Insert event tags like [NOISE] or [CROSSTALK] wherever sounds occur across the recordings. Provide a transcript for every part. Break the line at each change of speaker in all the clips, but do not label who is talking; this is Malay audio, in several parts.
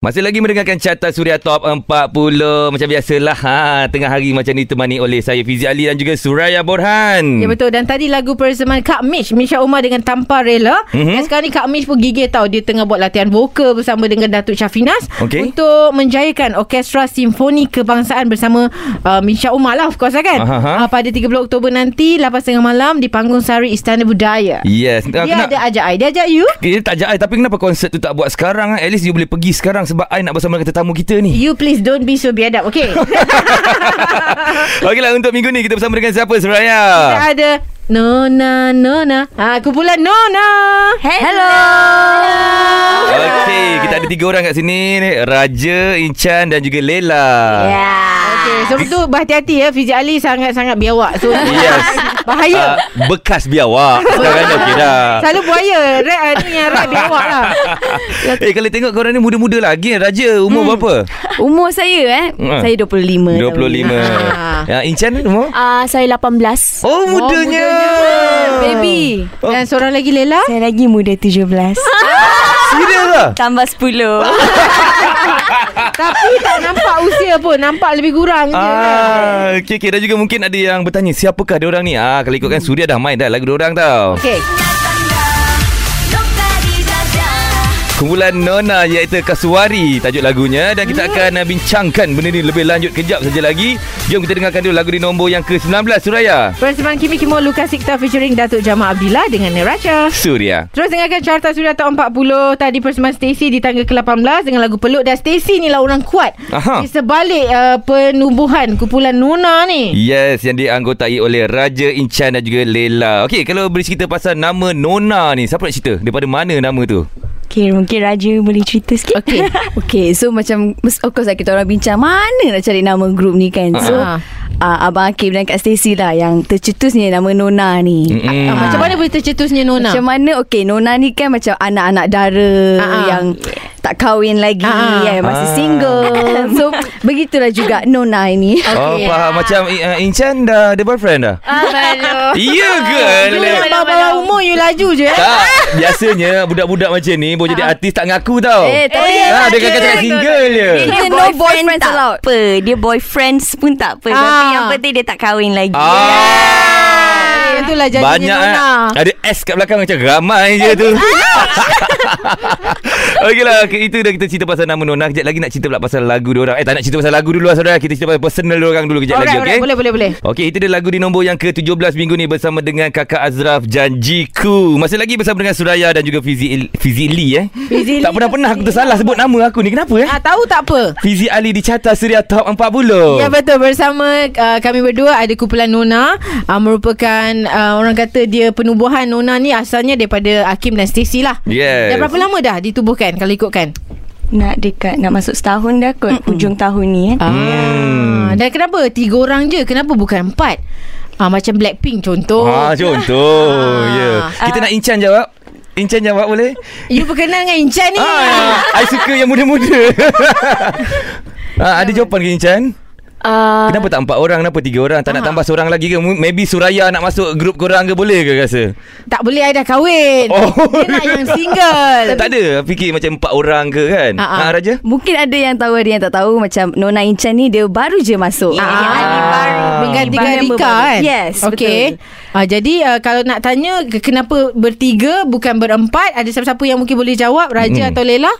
Masih lagi mendengarkan carta Suria Top 40 Macam biasalah ha, Tengah hari macam ni temani oleh saya Fizi Ali dan juga Suraya Borhan
Ya betul dan tadi lagu persembahan Kak Mitch Misha Umar dengan Tanpa Rela
Mhm.
mm-hmm. dan sekarang ni Kak Mitch pun gigih tau dia tengah buat latihan vokal bersama dengan Datuk Syafinas
Okey.
untuk menjayakan Orkestra Simfoni Kebangsaan bersama uh, Misha Umar lah of course lah kan
Aha.
uh, pada 30 Oktober nanti 8.30 malam di panggung Sari Istana Budaya
Yes Ah,
Dia
kena-
ada ajak I Dia ajak you
Kita tak ajak I Tapi kenapa konsert tu tak buat sekarang ah? At least you boleh pergi sekarang Sebab I nak bersama dengan tetamu kita ni
You please don't be so biadab Okay
[LAUGHS] Okeylah untuk minggu ni Kita bersama dengan siapa Suraya
Kita ada Nona Nona ha, Kumpulan Nona Hello, Hello.
Okey Kita ada tiga orang kat sini Raja, Inchan dan juga Lela
Ya.
Ya.
Okay,
Ah.
so tu berhati-hati ya. Fizik Ali sangat-sangat biawak. So,
Yes.
bahaya.
Ah, Bekas
[LAUGHS]
biawak Sekarang dah kan, okey dah
Selalu buaya. Red, uh, ni yang red biawak lah.
[LAUGHS] Eh kalau tengok korang ni muda-muda lagi eh. Raja
Hmm.
umur berapa?
Umur saya eh
Ha.
Saya
25
25 tahun ni.
Ah.
Ya, Inchan umur?
Ah, Saya 18
Oh mudanya
Baby
Oh.
Dan seorang lagi Lela.
Saya lagi muda 17
Serius lah
[LAUGHS] Tambah 10
Tapi tak nampak usia pun. Nampak lebih kurang je. kan.
Ah, okay, okay. Dan juga mungkin ada yang bertanya Siapakah diorang ni ah, Kalau ikutkan Suria dah main dah lagu diorang tau
Okay.
Kumpulan Nona iaitu Kasuari Tajuk lagunya Dan kita akan ah, bincangkan benda ni lebih lanjut kejap saja lagi Jom kita dengarkan dulu lagu di nombor yang ke-19 Suraya
Persembahan Kimi Kimo Lukas Sikta featuring Datuk Jamal Abdillah dengan Neraca.
Suria
Terus dengarkan carta suria top 40 Tadi persembahan Stacy di tangga ke-18 Dengan lagu Peluk Dan Stacy ni lah orang kuat
Aha.
Di sebalik uh, penubuhan kumpulan Nona ni
Yes, yang dianggotai oleh Raja Inchan dan juga Lela Okey, kalau bercerita pasal nama Nona ni Siapa nak cerita? Daripada mana nama tu?
Okay mungkin Raja boleh cerita sikit [LAUGHS]
Okey.
Okay so macam Of course lah kita orang bincang Mana nak cari nama grup ni kan So
Ah.
uh, Abang Akib dan Kak Stacy lah Yang tercetus ni nama Nona ni
Mm-mm.
Ah, Macam mana boleh tercetusnya Nona?
Macam mana Okay Nona ni kan macam Anak-anak dara
Ah, ah.
Yang tak kahwin lagi
Ah, ah.
kan, Masih
Ah.
single [LAUGHS] So Begitulah juga Nona [LAUGHS] ini
Oh, faham. Macam uh, Inchan dah ada boyfriend dah?
Ah,
[LAUGHS]
baru.
Iya ke?
You
Le-
yang bawa-bawa umur You laju je eh?
Tak Biasanya Budak-budak macam ni Boleh jadi artis tak ngaku tau
Eh, tapi
eh,
dia
ah, Dia
ada. Ya.
kata-kata single
[LAUGHS]
je
Dia, dia no boyfriends allowed. Apa? Ah. Dia boyfriends pun tak apa.
Tapi yang
penting dia tak kahwin lagi.
Ah,
Ah,
Itulah jadinya
banyak
Nona
ah. Ada S kat belakang Macam ramai je tu [LAUGHS] Okeylah okay, Itu dah kita cerita pasal nama Nona Kejap lagi nak cerita pula pasal lagu diorang Eh tak nak cerita pasal lagu dulu lah saudara Kita cerita pasal personal diorang dulu Kejap lagi
Alright,
okay?
alright, boleh, boleh, boleh.
Okey itu dia lagu di nombor yang ke-17 minggu ni Bersama dengan kakak Azraf Janjiku Masih lagi bersama dengan Suraya Dan juga Fizi, Fizi Lee eh
Fizi Lee.
Tak pernah-pernah aku tersalah Sebut nama aku ni Kenapa eh
Ah, Tahu tak apa?
Fizi Ali di carta Suria Top 40 Oh.
Ya betul bersama uh, kami berdua ada kumpulan Nona uh, merupakan uh, orang kata dia penubuhan Nona ni asalnya daripada Hakim dan Stacy lah.
Yes.
Dah berapa lama dah ditubuhkan kalau ikutkan?
Nak dekat Nak masuk setahun dah kot Mm-mm. Ujung tahun ni eh.
Hmm.
Ah, dan kenapa tiga orang je? Kenapa bukan empat? Ah macam Blackpink contoh.
Ha contoh
Ah.
Ya Kita nak Incan jawab Incan jawab boleh?
You berkenan dengan Incan ni.
Ah, I suka yang
[LAUGHS]
muda-muda Ah, ada jawapan ke Incan?
Uh,
Ah.
Kenapa tak empat orang? Kenapa tiga orang? Tak nak tambah seorang lagi ke? M- Maybe Suraya nak masuk grup korang ke? Boleh ke rasa?
Tak boleh I dah kahwin.
Oh.
Dia nak yang
[LAUGHS]
single.
Tak ada fikir macam empat orang ke kan?
Ah, ah.
Ha, Raja?
Mungkin ada yang tahu ada yang tak tahu macam Nona Inchan ni dia baru je masuk.
Ah,
Ah.
Menggantikan
Ibar
Rika
baru.
kan
Yes,
okay. Ah, Jadi uh, kalau nak tanya ke- Kenapa bertiga Bukan berempat Ada siapa-siapa yang mungkin boleh jawab
Mm.
Raja atau Lela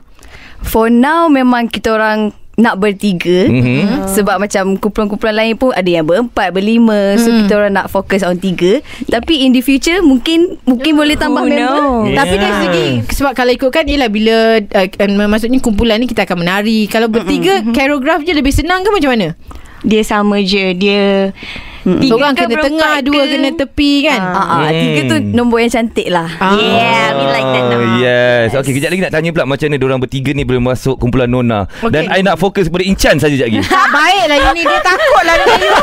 For now memang kita orang nak bertiga
Mhm.
mm-hmm. sebab macam kumpulan-kumpulan lain pun ada yang berempat, berlima. So kita orang nak fokus on tiga. Tapi in the future mungkin mungkin boleh tambah
Who
member.
knows?
Yeah.
Oh, Tapi dari segi Sebab kalau ikutkan Yelah bila uh, Maksudnya kumpulan ni Kita akan menari Kalau bertiga Koreograf je lebih senang ke macam mana
Dia sama je Dia mm.
Seorang kena tengah Dua kena tepi kan
Ah, ah,
Hmm.
tiga tu nombor yang cantik lah.
Ah.
Yeah We like that now
Oh, Yes. Okey, kejap lagi nak tanya pula macam mana diorang bertiga ni boleh masuk kumpulan Nona.
Okey.
Dan I nak fokus kepada Incan saja sekejap lagi.
Tak baik lah Ini dia takut lah dengan [LAUGHS] you.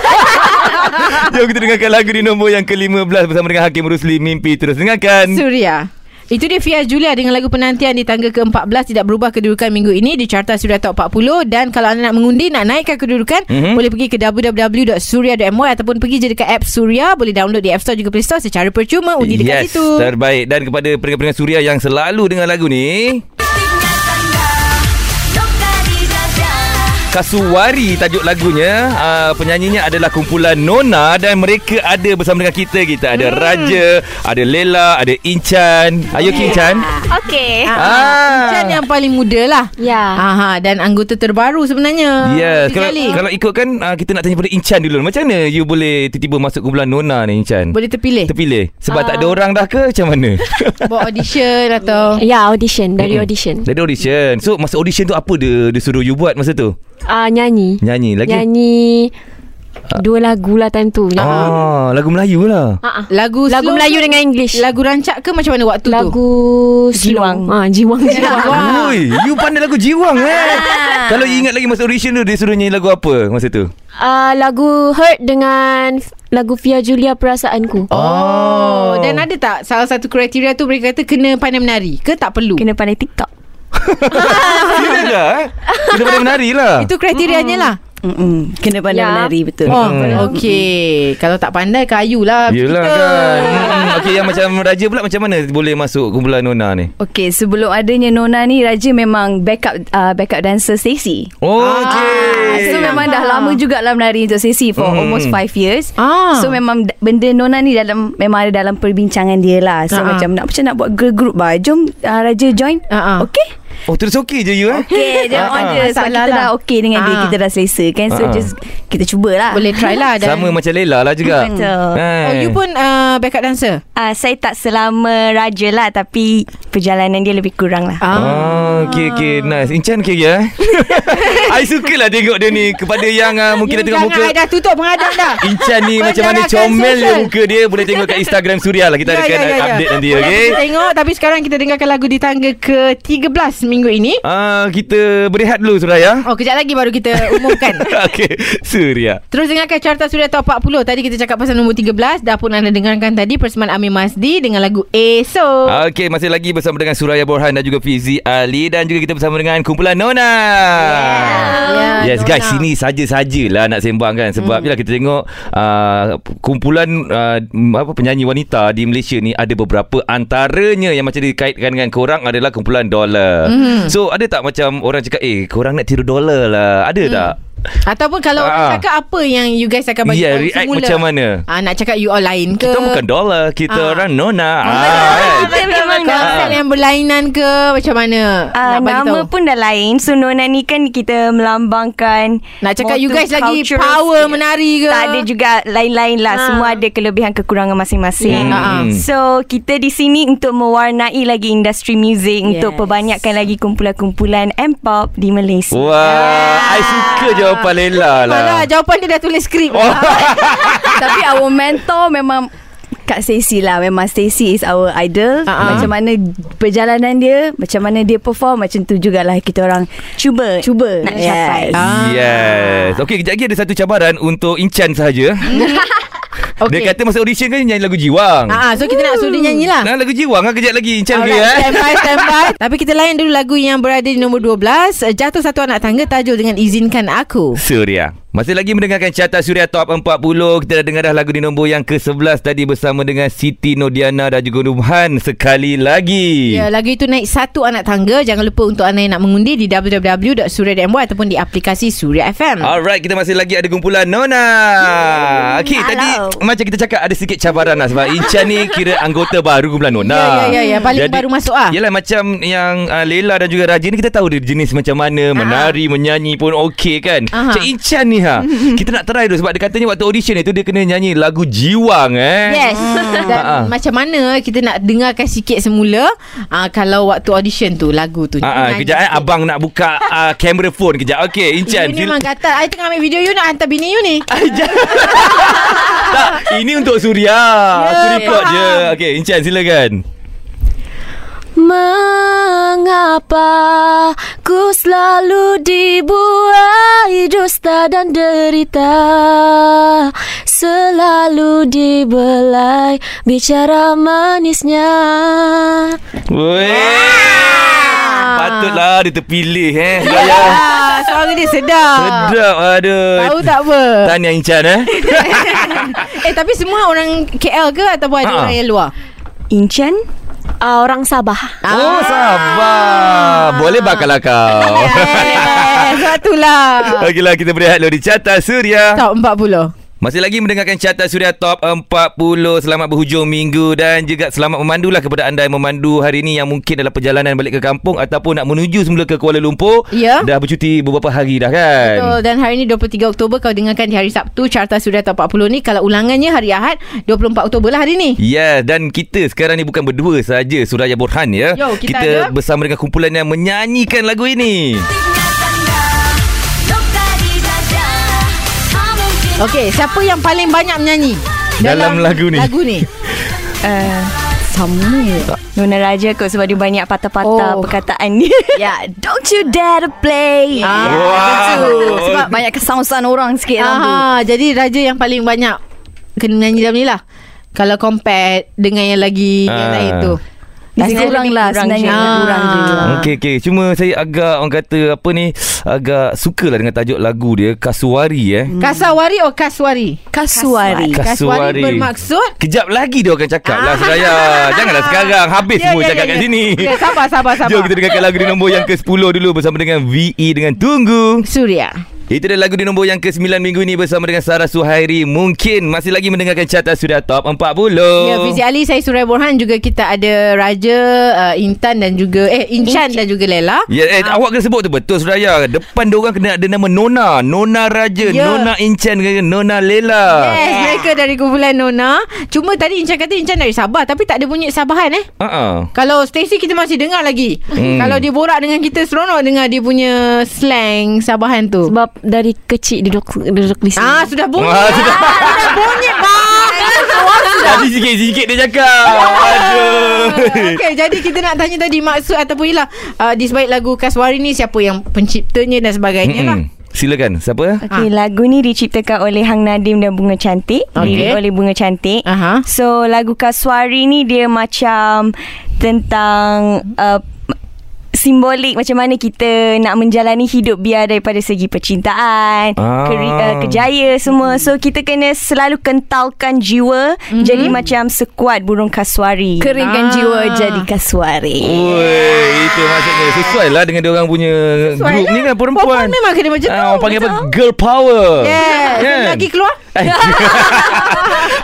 Jom kita dengarkan lagu di nombor yang ke-15 bersama dengan Hakim Rusli Mimpi terus dengarkan.
Suria. Itu dia Fiaz Julia dengan lagu penantian di tangga ke-14 tidak berubah kedudukan minggu ini di carta Suria Top 40 dan kalau anda nak mengundi nak naikkan
Mhm.
kedudukan mm-hmm. boleh pergi ke www.suria.my ataupun pergi je dekat app Suria boleh download di App Store juga Play Store secara percuma undi Oh, dekat
Yes,
situ.
terbaik. Dan kepada pendengar-pendengar Suria yang selalu dengar lagu ni. Kasuari tajuk lagunya. Uh, penyanyinya adalah kumpulan Nona dan mereka ada bersama dengan kita. Kita
Hmm.
ada Raja, ada Lela, ada Inchan. Are you okay, Inchan?
Okay.
Ah.
Chan yang paling muda lah
Ya.
Aha, dan anggota terbaru sebenarnya
Yes, Ya,
eh, Tiga
kalau,
kali.
kalau ikutkan uh, kita nak tanya pada Inchan dulu. Macam mana you boleh tiba-tiba masuk kumpulan Nona ni Inchan?
Boleh Ah. terpilih
Terpilih Sebab tak ada orang dah ke Macam
[LAUGHS]
mana
Buat audition [LAUGHS] atau
Ya, audition. Dari
Mm-mm.
audition.
Dari audition So masa audition tu Apa dia, dia suruh you buat masa tu
Ah, nyanyi.
Nyanyi lagi
Nyanyi dua lagu lah time tu. Yang-
Ah, Lagu Melayu lah
Ah, ah.
Lagu
Lagu
slow
Melayu
ke-
dengan English.
Lagu rancak ke macam mana waktu tu?
Lagu
Jiwang.
slow. Ah,
[LAUGHS]
jiwang jiwang.
Wah.
Ui, you pandai lagu jiwang eh Kalau you ingat lagi masa audition tu Dia suruh nyanyi lagu apa masa tu
Ah, lagu Hurt dengan f- lagu Fia Julia perasaanku.
Oh.
Ah.
Dan
[LAUGHS]
ada tak salah satu kriteria tu mereka kata kena pandai menari ke tak perlu?
Kena pandai TikTok.
Kira dah eh Kena pandai menari lah
Itu kriterianya lah.
Mm-mm. Kena pandai
Ya.
menari betul.
Oh,
Hmm.
okey. Kalau tak pandai kayu lah.
Yelah kan hmm, Okay yang macam Raja pula Macam mana boleh masuk kumpulan Nona ni
Okey, sebelum adanya Nona ni Raja memang backup uh, backup dancer Stacy.
Oh
Ah,
okay.
ya.
So memang dah lama jugalah menari untuk Stacy for
Hmm.
mm. almost 5 years.
Ah.
So memang d- benda Nona ni dalam memang ada dalam perbincangan dia lah. So
Ah, ah.
macam nak macam nak buat girl group bah. Jom uh, Raja join.
Ah, ah.
Okey.
Oh terus okay je you eh
Okay, dia
Ah,
on
ah.
je.
Masalah
Sebab
lah.
kita dah okay dengan dia.
Ah.
Kita dah selesa kan. So
Ah, ah.
just kita cubalah.
Boleh try lah dan
Sama macam Lela lah juga Kan?
Betul.
Hai.
Oh, you pun uh, backup dancer?
Ah, saya tak selama raja lah tapi perjalanan dia lebih kurang lah.
Ah, okay, okay. Nice. Incan okay
[LAUGHS]
ya? I suka lah tengok dia ni. Kepada yang uh, mungkin
You
dah tengok
jangan
muka.
I dah tutup pengadang
[LAUGHS]
dah.
Incan ni macam mana
Penjarakan
comel dia
social.
muka dia. Boleh tengok kat Instagram Suria lah. Kita
Ya,
yeah, akan
ya, ya, ya.
update nanti,
Boleh
okay?
Kita tengok tapi sekarang kita dengarkan lagu di tangga ke-13 minggu ini.
Ah, kita berehat dulu ya? [LAUGHS] Suraya.
Oh, kejap lagi baru kita
[LAUGHS]
umumkan.
okay, Suria.
Terus dengarkan carta suria top 40. Tadi kita cakap pasal nombor 13. Dah pun anda dengarkan tadi persembahan Amir Masdi dengan lagu Esok.
Okey, masih lagi bersama dengan Suraya Borhan dan juga Fizi Ali dan juga kita bersama dengan kumpulan Nona.
Yeah,
Yes
Ya, Nona.
guys, sini saja-sajalah nak sembang kan sebab bila kita tengok uh, kumpulan uh, apa penyanyi wanita di Malaysia ni ada beberapa antaranya yang macam dikaitkan dengan korang adalah kumpulan dolar. Mm. So ada tak macam orang cakap eh korang nak tiru dolar lah. Ada mm. tak?
Ataupun kalau
Ah.
orang cakap apa yang you guys akan
Ya,
bagi
yeah,
tahu
react
semula.
macam mana?
Ah, nak cakap you all lain ke?
Kita bukan dolar, kita
Ah.
orang Nona. Ah, kan?
Kita memang
Konsep yang berlainan ke Macam mana
Ah,
Nak bagi
nama
tahu.
pun dah lain So Nona ni kan kita melambangkan
Nak cakap you guys lagi
multicultural
power
skill.
menari ke?
Tak ada juga lain-lain lah
Ah.
Semua ada kelebihan kekurangan masing-masing
Hmm. Ah, ah.
So kita di sini untuk mewarnai lagi industri muzik yes. Untuk
Yes.
perbanyakkan lagi kumpulan-kumpulan M-pop di Malaysia
Wah, I suka jawapan Lela lah.
Alah, jawapan dia dah tulis skrip
Oh.
[LAUGHS] Tapi our mentor memang Kak Stacy lah Memang Stacy is our
Ah,
idol
ah.
uh-huh. Macam mana Perjalanan dia Macam mana dia perform Macam tu jugalah Kita orang
Cuba
Cuba
Nak capai.
Ah.
Yes. Okey, kejap lagi ada satu cabaran untuk Incan
[LAUGHS]
sahaja. Okay. Dia kata masa audition kan nyanyi lagu Jiwang.
Ah, ah, So kita nak suruh dia nyanyi lah
Nah, lagu Jiwang kan kejap lagi Incan ke eh.
Alright,
[LAUGHS]
stand by, stand by. Tapi kita layan dulu lagu yang berada di nombor 12 eh, Jatuh Satu Anak Tangga Tajul dengan Izinkan Aku
Suria. Masih lagi mendengarkan Carta Suria Top 40. Kita dah dengar dah lagu di nombor yang ke-11 tadi bersama dengan Siti Nodiana dan juga Nubhan sekali lagi.
Ya, lagu itu naik satu anak tangga. Jangan lupa untuk anda yang nak mengundi di www.suria.my ataupun di aplikasi Suria FM.
Alright, kita masih lagi ada kumpulan Nona. Okey, tadi macam kita cakap ada sikit cabaran lah sebab Incan ni kira anggota baru kumpulan Nona.
Ya, ya, ya, ya. Paling baru masuk ah.
Yelah macam yang uh, Lela dan juga Raja ni kita tahu dia jenis macam mana, menari, menyanyi pun okey kan.
Ah. Aha.
Macam Incan ni
[LAUGHS]
ha. kita nak try dulu sebab dia katanya waktu audition itu dia kena nyanyi lagu Jiwang eh.
Yes Dan
Ah, ah.
macam mana Kita nak dengarkan sikit semula uh, Kalau waktu audition tu Lagu tu
Ah, ah,
Jangan
kejap eh,
sikit.
abang nak buka ah, kamera phone kejap. Okey, Incan.
You ni
sil-
memang kata I tengah ambil video You nak hantar bini you
[LAUGHS]
ni [LAUGHS]
tak, ini untuk Suria.
Ya,
Aku record je. Okey, Incan silakan.
Mengapa ku selalu dibuai dusta dan derita Selalu dibelai bicara manisnya
Weh. Patutlah dia terpilih
[LAUGHS]
eh. Suraya.
ah, Suara dia sedap
Sedap aduh.
Tahu tak apa
Tahniah Incan eh.
Eh tapi semua orang KL ke Ataupun ada
Ah, ah.
orang yang luar
Inchan
uh, Orang Sabah
Ah, [LAUGHS]
Oh sabar Boleh Oh, bakal lah kau [LAUGHS]
Eh, Sebab satulah.
Okeylah kita berehat dulu di Carta Suria.
Top 40.
Masih lagi mendengarkan Carta Suria Top 40. Selamat berhujung minggu dan juga selamat memandulah kepada anda yang memandu hari ini yang mungkin dalam perjalanan balik ke kampung ataupun nak menuju semula ke Kuala Lumpur.
Ya.
Dah bercuti beberapa hari dah kan.
Betul dan hari ni 23 Oktober kau dengarkan di hari Sabtu Carta Suria Top 40 ni kalau ulangannya hari Ahad 24 Oktober lah hari ni.
Ya, dan kita sekarang ni bukan berdua saja Suraya Borhan ya.
Yo, kita ada-
bersama dengan kumpulan yang menyanyikan lagu ini.
Okey, siapa yang paling banyak menyanyi
Dalam lagu ni.
Lagu
[LAUGHS]
ni.
Uh, sama
Nona Raja kot sebab dia banyak patah-patah
Oh.
oh. perkataan dia.
[LAUGHS]
Ya, yeah, don't you dare to play.
Ah,
betul.
Ah.
Sebab banyak kesan-kesan orang sikit dalam tu.
Ah, jadi raja yang paling banyak kena menyanyi dalam ni lah. Kalau compare dengan yang lagi yang
Ah.
lain tu.
Lebih kurang lah
kurang
sebenarnya.
je.
Lebih kurang je.
Ah.
Okey okey, cuma saya agak orang kata apa ni agak sukalah dengan tajuk lagu dia Kasuari eh.
Hmm. Kasawari or kaswari?
Kasuari.
Kasuari.
Kaswari bermaksud
Kejap lagi dia akan cakap lah
Ah.
Suraya. Janganlah sekarang habis semua cakap kat sini.
Ya, sabar sabar sabar.
Jom kita dengarkan lagu di nombor yang ke-10 dulu bersama dengan VE dengan Tunggu.
Suria.
Itu dia lagu di nombor yang ke-9 minggu ini bersama dengan Sarah Suhairi. Mungkin masih lagi mendengarkan carta sudah top 40.
Ya, Fizi Ali, saya Surai Borhan juga kita ada Raja, uh, Intan dan juga eh Incan dan juga Lela.
Ya, eh,
Ah.
awak kena sebut tu betul Suraya. Depan diorang kena ada nama Nona. Nona Raja,
Ya.
Nona Inchan, ke Nona Lela.
Yes, mereka dari kumpulan Nona. Cuma tadi Incan kata Incan dari Sabah tapi tak ada bunyi Sabahan eh.
Uh-uh.
Kalau Stacy kita masih dengar lagi.
Hmm.
Kalau dia borak dengan kita seronok dengar dia punya slang Sabahan tu.
Sebab dari kecil duduk duduk di sini.
Ah, sudah bunyi.
Ah,
Ah,
sudah.
sudah. bunyi bang.
Tadi sikit-sikit dia cakap. Aduh. [LAUGHS]
Okey, jadi kita nak tanya tadi maksud ataupun ialah uh, di sebalik lagu Kaswari ni siapa yang penciptanya dan sebagainya lah.
Mm-mm. Silakan. Siapa?
Okay, lagu ni diciptakan oleh Hang Nadim dan Bunga Cantik.
Ah. Okey.
Lirik oleh Bunga Cantik.
Aha.
So, lagu Kaswari ni dia macam tentang uh, simbolik macam mana kita nak menjalani hidup biar daripada segi percintaan,
Ah. Hmm.
keri, uh, kerjaya semua. So, kita kena selalu kentalkan jiwa mm-hmm. jadi macam sekuat burung kaswari.
Keringkan
Ah.
jiwa jadi kasuari.
Oi, itu maksudnya sesuai lah dengan diorang punya
Sesuai
grup
lah.
ni kan perempuan.
Ah. Perempuan memang kena macam
Ah,
tu,
Orang panggil apa?
betul.
Girl power.
Yes.
Kan?
Lagi keluar. [LAUGHS]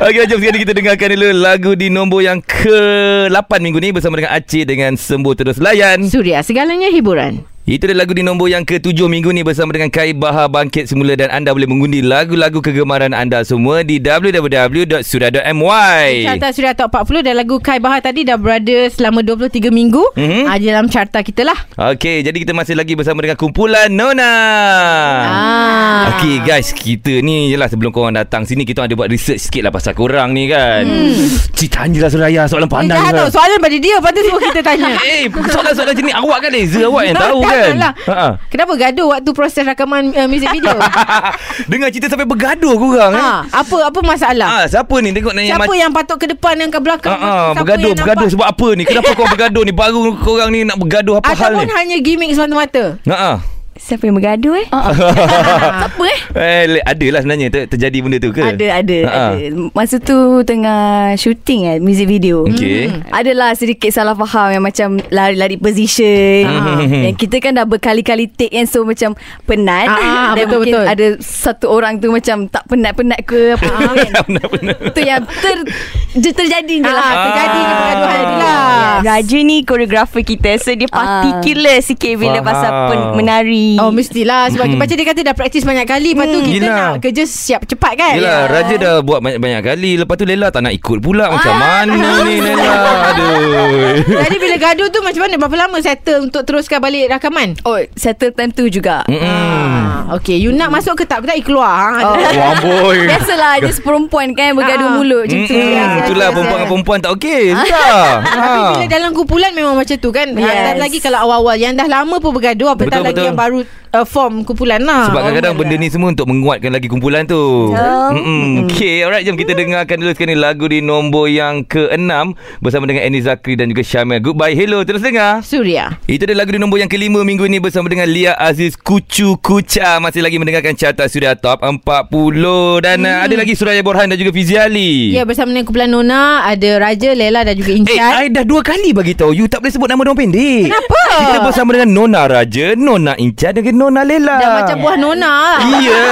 Okey, jom sekarang kita dengarkan dulu lagu di nombor yang ke-8 minggu ni bersama dengan Aceh dengan Sembuh Terus Layan.
Suria, segalanya hiburan.
Itu dia lagu di nombor yang ke-7 minggu ni bersama dengan Kai Bahar Bangkit Semula dan anda boleh mengundi lagu-lagu kegemaran anda semua di www.sudah.my.
Carta Suria Top 40 dan lagu Kai Bahar tadi dah berada selama 23 minggu
Mhm.
mm-hmm. uh, dalam carta kita lah.
Okey, jadi kita masih lagi bersama dengan kumpulan Nona.
Ah.
Okey guys, kita ni jelah sebelum korang datang sini kita ada buat research sikit lah pasal korang ni kan. Hmm. Cik tanyalah Suraya soalan
Dia
pandai.
jahat
Suraya.
tau. Eh, Soalan pada dia, patut semua kita
[LAUGHS]
tanya.
Eh, soalan-soalan macam ni awak kan Leza awak yang
[LAUGHS]
tahu kan.
Janganlah.
Ha.
lah. Kenapa gaduh waktu proses rakaman uh, music
[LAUGHS]
video?
Dengar cerita sampai bergaduh korang eh.
ha, apa apa
Ah,
masalah?
siapa ni tengok nanya
Siapa yang patut ke depan yang ke belakang?
Ah, ah,
Siapa
bergaduh
yang
bergaduh
nampak?
sebab apa ni? Kenapa korang bergaduh ni? Baru korang ni nak bergaduh apa hal
Ataupun
ni?
hanya gimmick semata-mata.
Ha ah.
Siapa yang bergaduh
Oh,
eh?
Ah,
[LAUGHS]
Apa eh?
Eh, le- adalah sebenarnya ter- terjadi benda tu ke?
Ada, ada,
Ha, ah.
ada. Masa tu tengah shooting eh, music video.
Okey.
Hmm.
Hmm. Adalah sedikit salah faham yang macam lari-lari position.
Hmm.
Ah.
Yang kita kan dah berkali-kali take yang so macam penat.
Ah,
Dan
betul,
mungkin
betul.
ada satu orang tu macam tak penat-penat ke
[LAUGHS]
apa kan.
Benar-benar.
Itu yang ter, je- terjadi je lah.
Ah, terjadi je pergaduhan tu lah.
Raja ni koreografer kita So dia particular sikit Bila
Faham.
pasal pen- menari
Oh mestilah sebab mm. macam dia kata dah praktis banyak kali lepas tu kita
Hmm. Yelah.
nak kerja siap cepat kan.
Yelah, Raja dah buat banyak-banyak kali. Lepas tu Lela tak nak ikut pula. Macam mana ni Lela? Aduh.
[LAUGHS] Jadi
[LAUGHS]
bila gaduh tu macam mana berapa lama settle untuk teruskan balik rakaman?
Oh, settle time tu juga.
Mm-mm.
Ah, okay, you nak masuk ke tak? Aku tak eh, keluar. Ha,
Oh.
ada-
Wah, amboi.
Biasalah
[LAUGHS]
just perempuan kan bergaduh
Ah.
mulut macam tu. Ya,
Mm-mm.
biasa,
Itulah
biasa. Ah.
perempuan dengan perempuan tak okey. Entah. Ah.
Tapi bila dalam kumpulan memang macam tu kan. Yes.
Yes.
Lagi kalau awal-awal yang dah lama pun bergaduh apatah
Betul,
lagi
betul.
yang baru uh, form kumpulan lah.
Sebab kan- kadang-kadang benda ni semua untuk menguatkan lagi kumpulan tu.
Ya. Hmm.
Mm-mm. Okay, alright. Jom kita dengarkan dulu sekarang ni lagu di nombor yang ke-6 bersama dengan Annie Zakri dan juga Syamil. Goodbye, hello. Terus dengar.
Suria.
Itu dia lagu di nombor yang kelima minggu ni bersama dengan Lia Aziz Kucu Kucha. Masih lagi mendengarkan carta Suria Top 40. Dan hmm. ada uh, lagi Suraya Borhan dan juga Fizi Ali.
Ya bersama dengan kumpulan Nona ada Raja, Lela dan juga
Eh,
Insyad.
I dah dua kali bagi tahu you tak boleh sebut nama dia pendek. Kenapa? Kita bersama dengan Nona Raja, Nona Incan dengan Nona Lela.
Dah macam buah Nona. lah.
Ya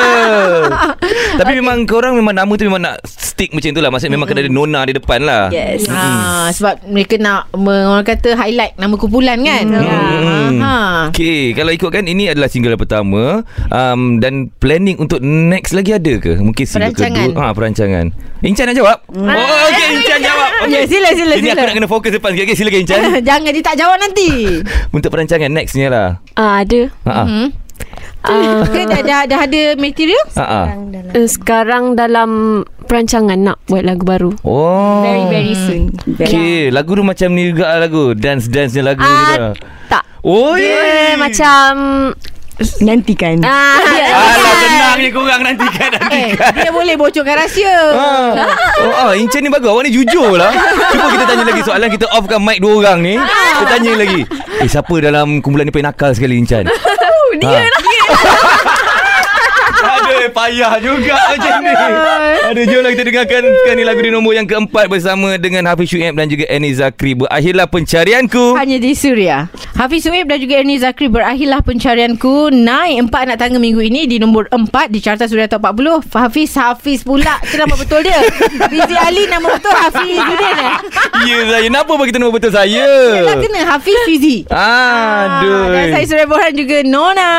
Tapi memang korang Memang nama tu memang nak Stick macam tu lah Maksudnya memang kena ada Nona di depan lah
Yes.
Ha, sebab mereka nak me- orang kata highlight nama kumpulan kan.
Hmm.
Ha.
Okay Kalau ikutkan Ini adalah single pertama um, Dan planning untuk Next lagi ada ke Mungkin single
Perancangan.
kedua ha, Perancangan Incan nak jawab Oh okay Incan jawab okay.
Ya, sila, sila,
Ini aku
sila.
nak kena fokus depan sikit Okay silakan Incan
[LAUGHS] Jangan dia tak jawab nanti.
Untuk perancangan nextnya lah
Ah, ada.
Ha-ha.
Hmm.
Ah,
[LAUGHS] Ke dah, dah, dah ada material?
Ha-ha.
eh, sekarang dalam perancangan nak buat lagu baru.
Oh
Very very soon.
Okay Lagu tu macam ni juga lah lagu Dance-dance-nya lagu ni juga
Ah, tak.
Oh
Dia
yeah.
macam
Nantikan.
ah,
Alah tenang ni korang nanti kan
Eh,
nanti kan.
dia boleh bocorkan rahsia.
[LAUGHS] Ah. Oh, ah, Incan ni bagus Awak ni jujur lah Cuba kita tanya lagi soalan Kita offkan mic dua orang ni Kita tanya lagi Eh siapa dalam kumpulan ni paling nakal sekali Incan Dia ha. lah Aduh payah juga macam ni Aduh jomlah lah kita dengarkan Sekarang ni lagu di nombor yang keempat Bersama dengan Hafiz Shuib Dan juga Annie Zakri Berakhirlah pencarianku
Hanya di Suria Hafiz Suib dan juga Ernie Zakri Berakhirlah pencarianku Naik empat anak tangga minggu ini Di nombor empat Di carta Suria Top 40 Hafiz Hafiz pula Itu nama
[LAUGHS]
betul dia Fizi Ali nama betul Hafiz Izzuddin eh
Ya saya Kenapa bagi tahu nama betul saya
Yelah kena Hafiz Fizi
Aduh
Ah, Dan saya Suria Borhan juga Nona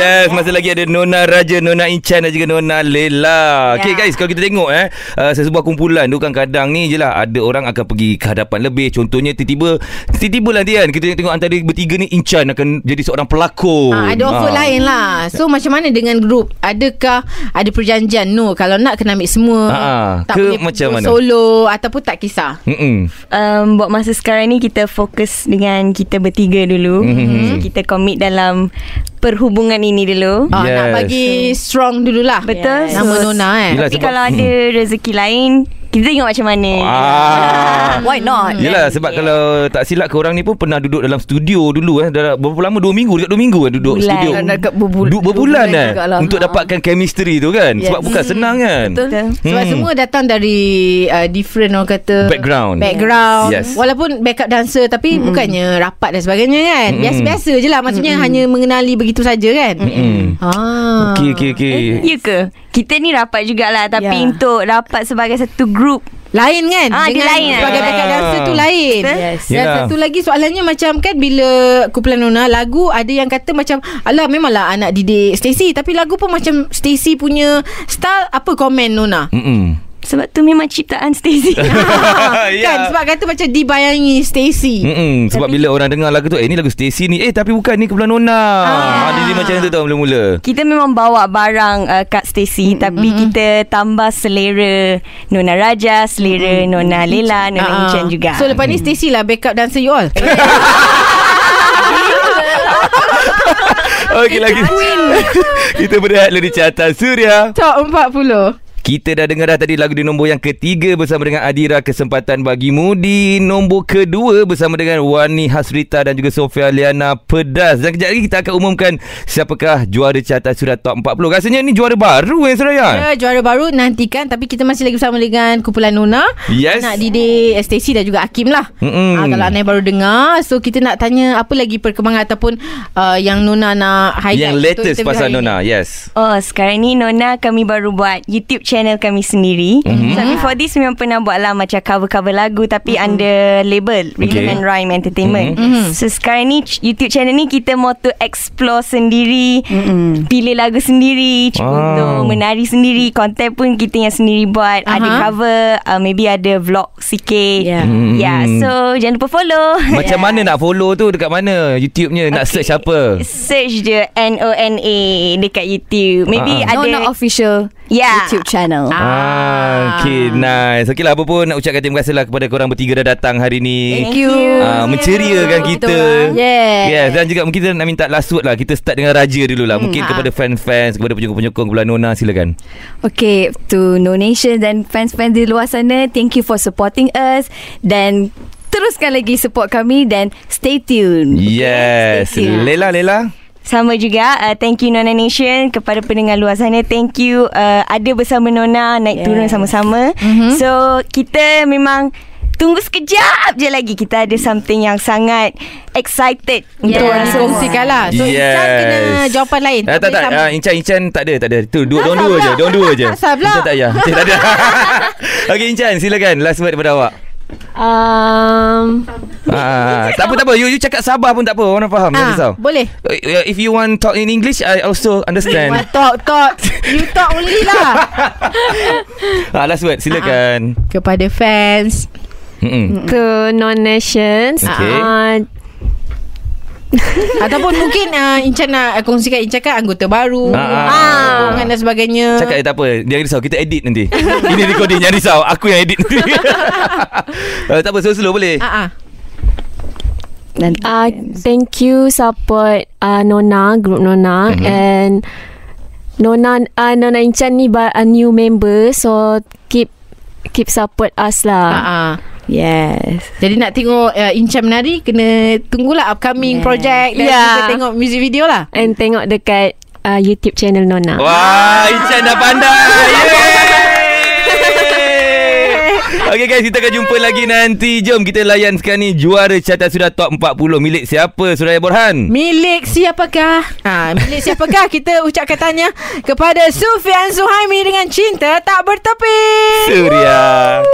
Yes, masih lagi ada Nona Raja, Nona Incan dan juga Nona Lela. Yeah. Okay guys, kalau kita tengok eh, uh, sesebuah kumpulan tu kan kadang ni je lah ada orang akan pergi ke hadapan lebih. Contohnya tiba-tiba, tiba-tiba lah dia kan, kita tengok antara bertiga ni Incan akan jadi seorang Ah. pelakon.
Ha, ada offer lain lah So macam mana dengan grup Adakah Ada perjanjian No Kalau nak kena ambil semua
Ha,
Tak
ke
boleh
macam mana?
solo Ataupun tak kisah
Mm-mm.
Um, buat masa sekarang ni kita fokus dengan kita bertiga dulu. Mm-hmm. Kita commit dalam perhubungan ini dulu.
Ah, Nak
Yes.
bagi strong dululah
Betul.
yes. Nama Nona eh
Yelah,
Tapi
sebab- Hmm.
kalau ada rezeki lain, kita tengok macam mana. [LAUGHS] Kan?
Ah.
Why not?
Yelah sebab yeah. kalau tak silap korang ni pun pernah duduk dalam studio dulu eh dah berapa lama 2 minggu dekat 2 minggu eh duduk
Bulan.
studio.
Dah
dekat berbul-
Duk berbulan
berbulan
eh
jugalah.
untuk
Ha.
dapatkan chemistry tu kan.
Yes.
Sebab bukan senang kan.
Betul.
Sebab
Hmm.
semua datang dari uh, different orang kata
Background.
Background.
Yes.
Walaupun backup dancer tapi mm bukannya rapat dan sebagainya kan.
Mm-mm.
Biasa-biasa je lah maksudnya hanya mengenali begitu saja kan.
Mm-mm.
Ha.
Hmm. Mm. Okey okey okey.
Ya ke? Kita ni rapat jugalah tapi
Ya.
yeah. untuk rapat sebagai satu group.
Lain kan
Ah, dia lain eh.
Sebagai
Ah.
backup dancer tu lain yes.
Betul?
Yes.
Dan
Yelah.
satu lagi soalannya macam kan Bila kumpulan Nona Lagu ada yang kata macam Alah memanglah anak didik Stacy Tapi lagu pun macam Stacy punya style Apa komen Nona?
Mm-mm.
Sebab tu memang ciptaan
[LAUGHS]
Stacy.
Ya.
[LAUGHS]
Hmm.
Kan sebab kata macam dibayangi Stacy
Mm-mm, sebab bila orang dengar lagu tu Eh ni lagu Stacy ni Eh tapi bukan ni kebelan Nona ah. Dia, dia macam tu tau mula-mula
kita memang bawa barang uh, kat Stacy mm-hmm. tapi kita tambah selera Nona Raja, selera mm-hmm. Nona Lela, Nona
Ah,
uh-huh. Incan juga. Eh.
So lepas ni
Hmm.
Stacy lah backup dancer you all.
Okey
[LAUGHS]
lagi [LAUGHS] Kita berehat dulu di carta Suria
[LAUGHS] Top 40.
Kita dah dengar dah tadi lagu di nombor yang ketiga Bersama dengan Adira Kesempatan Bagimu Di nombor kedua Bersama dengan Wani Hasrita Dan juga Sofia Liana Pedas Dan kejap lagi kita akan umumkan Siapakah juara carta Suria Top 40 Rasanya ni juara baru eh Suraya
Ya, juara baru nantikan tapi kita masih lagi bersama dengan kumpulan Nuna.
Yes.
Nak didik eh, Stacy dan juga Hakim lah.
Mm-mm.
Ah, kalau Anai baru dengar so kita nak tanya apa lagi perkembangan ataupun uh, yang Nuna nak highlight.
Yang
untuk
latest
interview
pasal
hari ni.
Nona Yes
Oh sekarang ni Nona kami baru buat YouTube channel kami sendiri
Mhm.
mm-hmm. So before this memang pernah buat lah Macam cover-cover lagu Tapi mm-hmm. under label Rhythm
Okay.
and Rhyme Entertainment
Mhm.
mm-hmm. So sekarang ni ch- YouTube channel ni Kita more to explore sendiri mm-hmm. Pilih lagu sendiri Cuba
Wow.
untuk menari sendiri Konten pun kita yang sendiri buat
Aha.
Ada cover uh, Maybe ada vlog sikit
Yeah.
Mm-mm.
yeah So jangan lupa follow
[LAUGHS] Macam mana nak follow tu Dekat mana YouTube-nya Nak search apa
[LAUGHS] Search je N-O-N-A Dekat YouTube Maybe
Ah,
ada
No, not official
Yeah.
YouTube channel.
Ah.
Ah, okay, nice. Okay lah, apa pun nak ucapkan terima kasih lah kepada korang bertiga dah datang hari ni.
Thank you.
Ah,
lah.
menceriakan kita.
Yes.
Yes, dan juga mungkin kita nak minta last word lah. Kita start dengan Raja dulu lah. Mungkin
ah.
kepada fan-fans, kepada penyokong-penyokong, kepada Nona, silakan.
Okay, to No Nation dan fans-fans di luar sana, thank you for supporting us dan teruskan lagi support kami dan stay tuned.
Yes.
stay tuned.
Lela, Lela.
Sama juga uh, Thank you Nona Nation Kepada pendengar luar sana Thank you uh, Ada bersama Nona Naik yeah. turun
Mhm.
sama-sama mm-hmm. So kita memang Tunggu sekejap je lagi Kita ada something yang sangat Excited yeah. Untuk orang
Yes.
semua
Kongsikan lah So yes. Incan kena jawapan lain
Ah, tak
boleh
tak.
sama.
Ah, Incan Incan tak ada, tak ada. Tu dua
Tak
dong dua
sablak.
je, dong dua je.
Tak sablak.
Incan tak
[LAUGHS]
ya. Incan tak ada. [LAUGHS] Okey Incan, silakan last word daripada awak.
[LAUGHS] Um,
Ah, tak apa tak apa. You, you cakap sabar pun tak apa. Orang faham, jangan
Ah,
risau.
Boleh
Uh, If you want talk in English, I also
Well,
understand.
talk talk You talk only lah [LAUGHS]
ah, last word, silakan.
Kepada fans Ah. Mm.
Mm-mm.
to non-nations.
Okay.
Uh,
Ataupun mungkin uh, Incan nak kongsikan Incan kan anggota baru
Ah, ah.
ah, ah. Dan sebagainya
Cakap je tak apa Jangan risau Kita edit
[LAUGHS]
nanti Ini recording Jangan risau Aku yang edit nanti uh, Tak apa Slow-slow boleh
ah, ah.
Dan
uh, thank you support uh, Nona, group Nona
Mhm.
mm-hmm. and Nona uh, Nona Incan ni ba- a new member so keep keep support us
Ah,
lah.
ah.
Yes
Jadi nak tengok uh, Incan menari Kena tunggulah upcoming yeah.
Yeah.
project Dan yeah.
Yeah.
juga tengok music video lah
And tengok dekat uh, YouTube channel Nona.
Wah, Ican dah pandai.
[LAUGHS]
Yeay! Okay guys, kita akan jumpa lagi nanti. Jom kita layan sekarang ni juara carta sudah top 40 milik siapa? Suraya Borhan.
Milik siapakah? Ha, milik siapakah [LAUGHS] kita ucapkan tanya kepada Sufian Suhaimi dengan cinta tak bertepi.
Surya.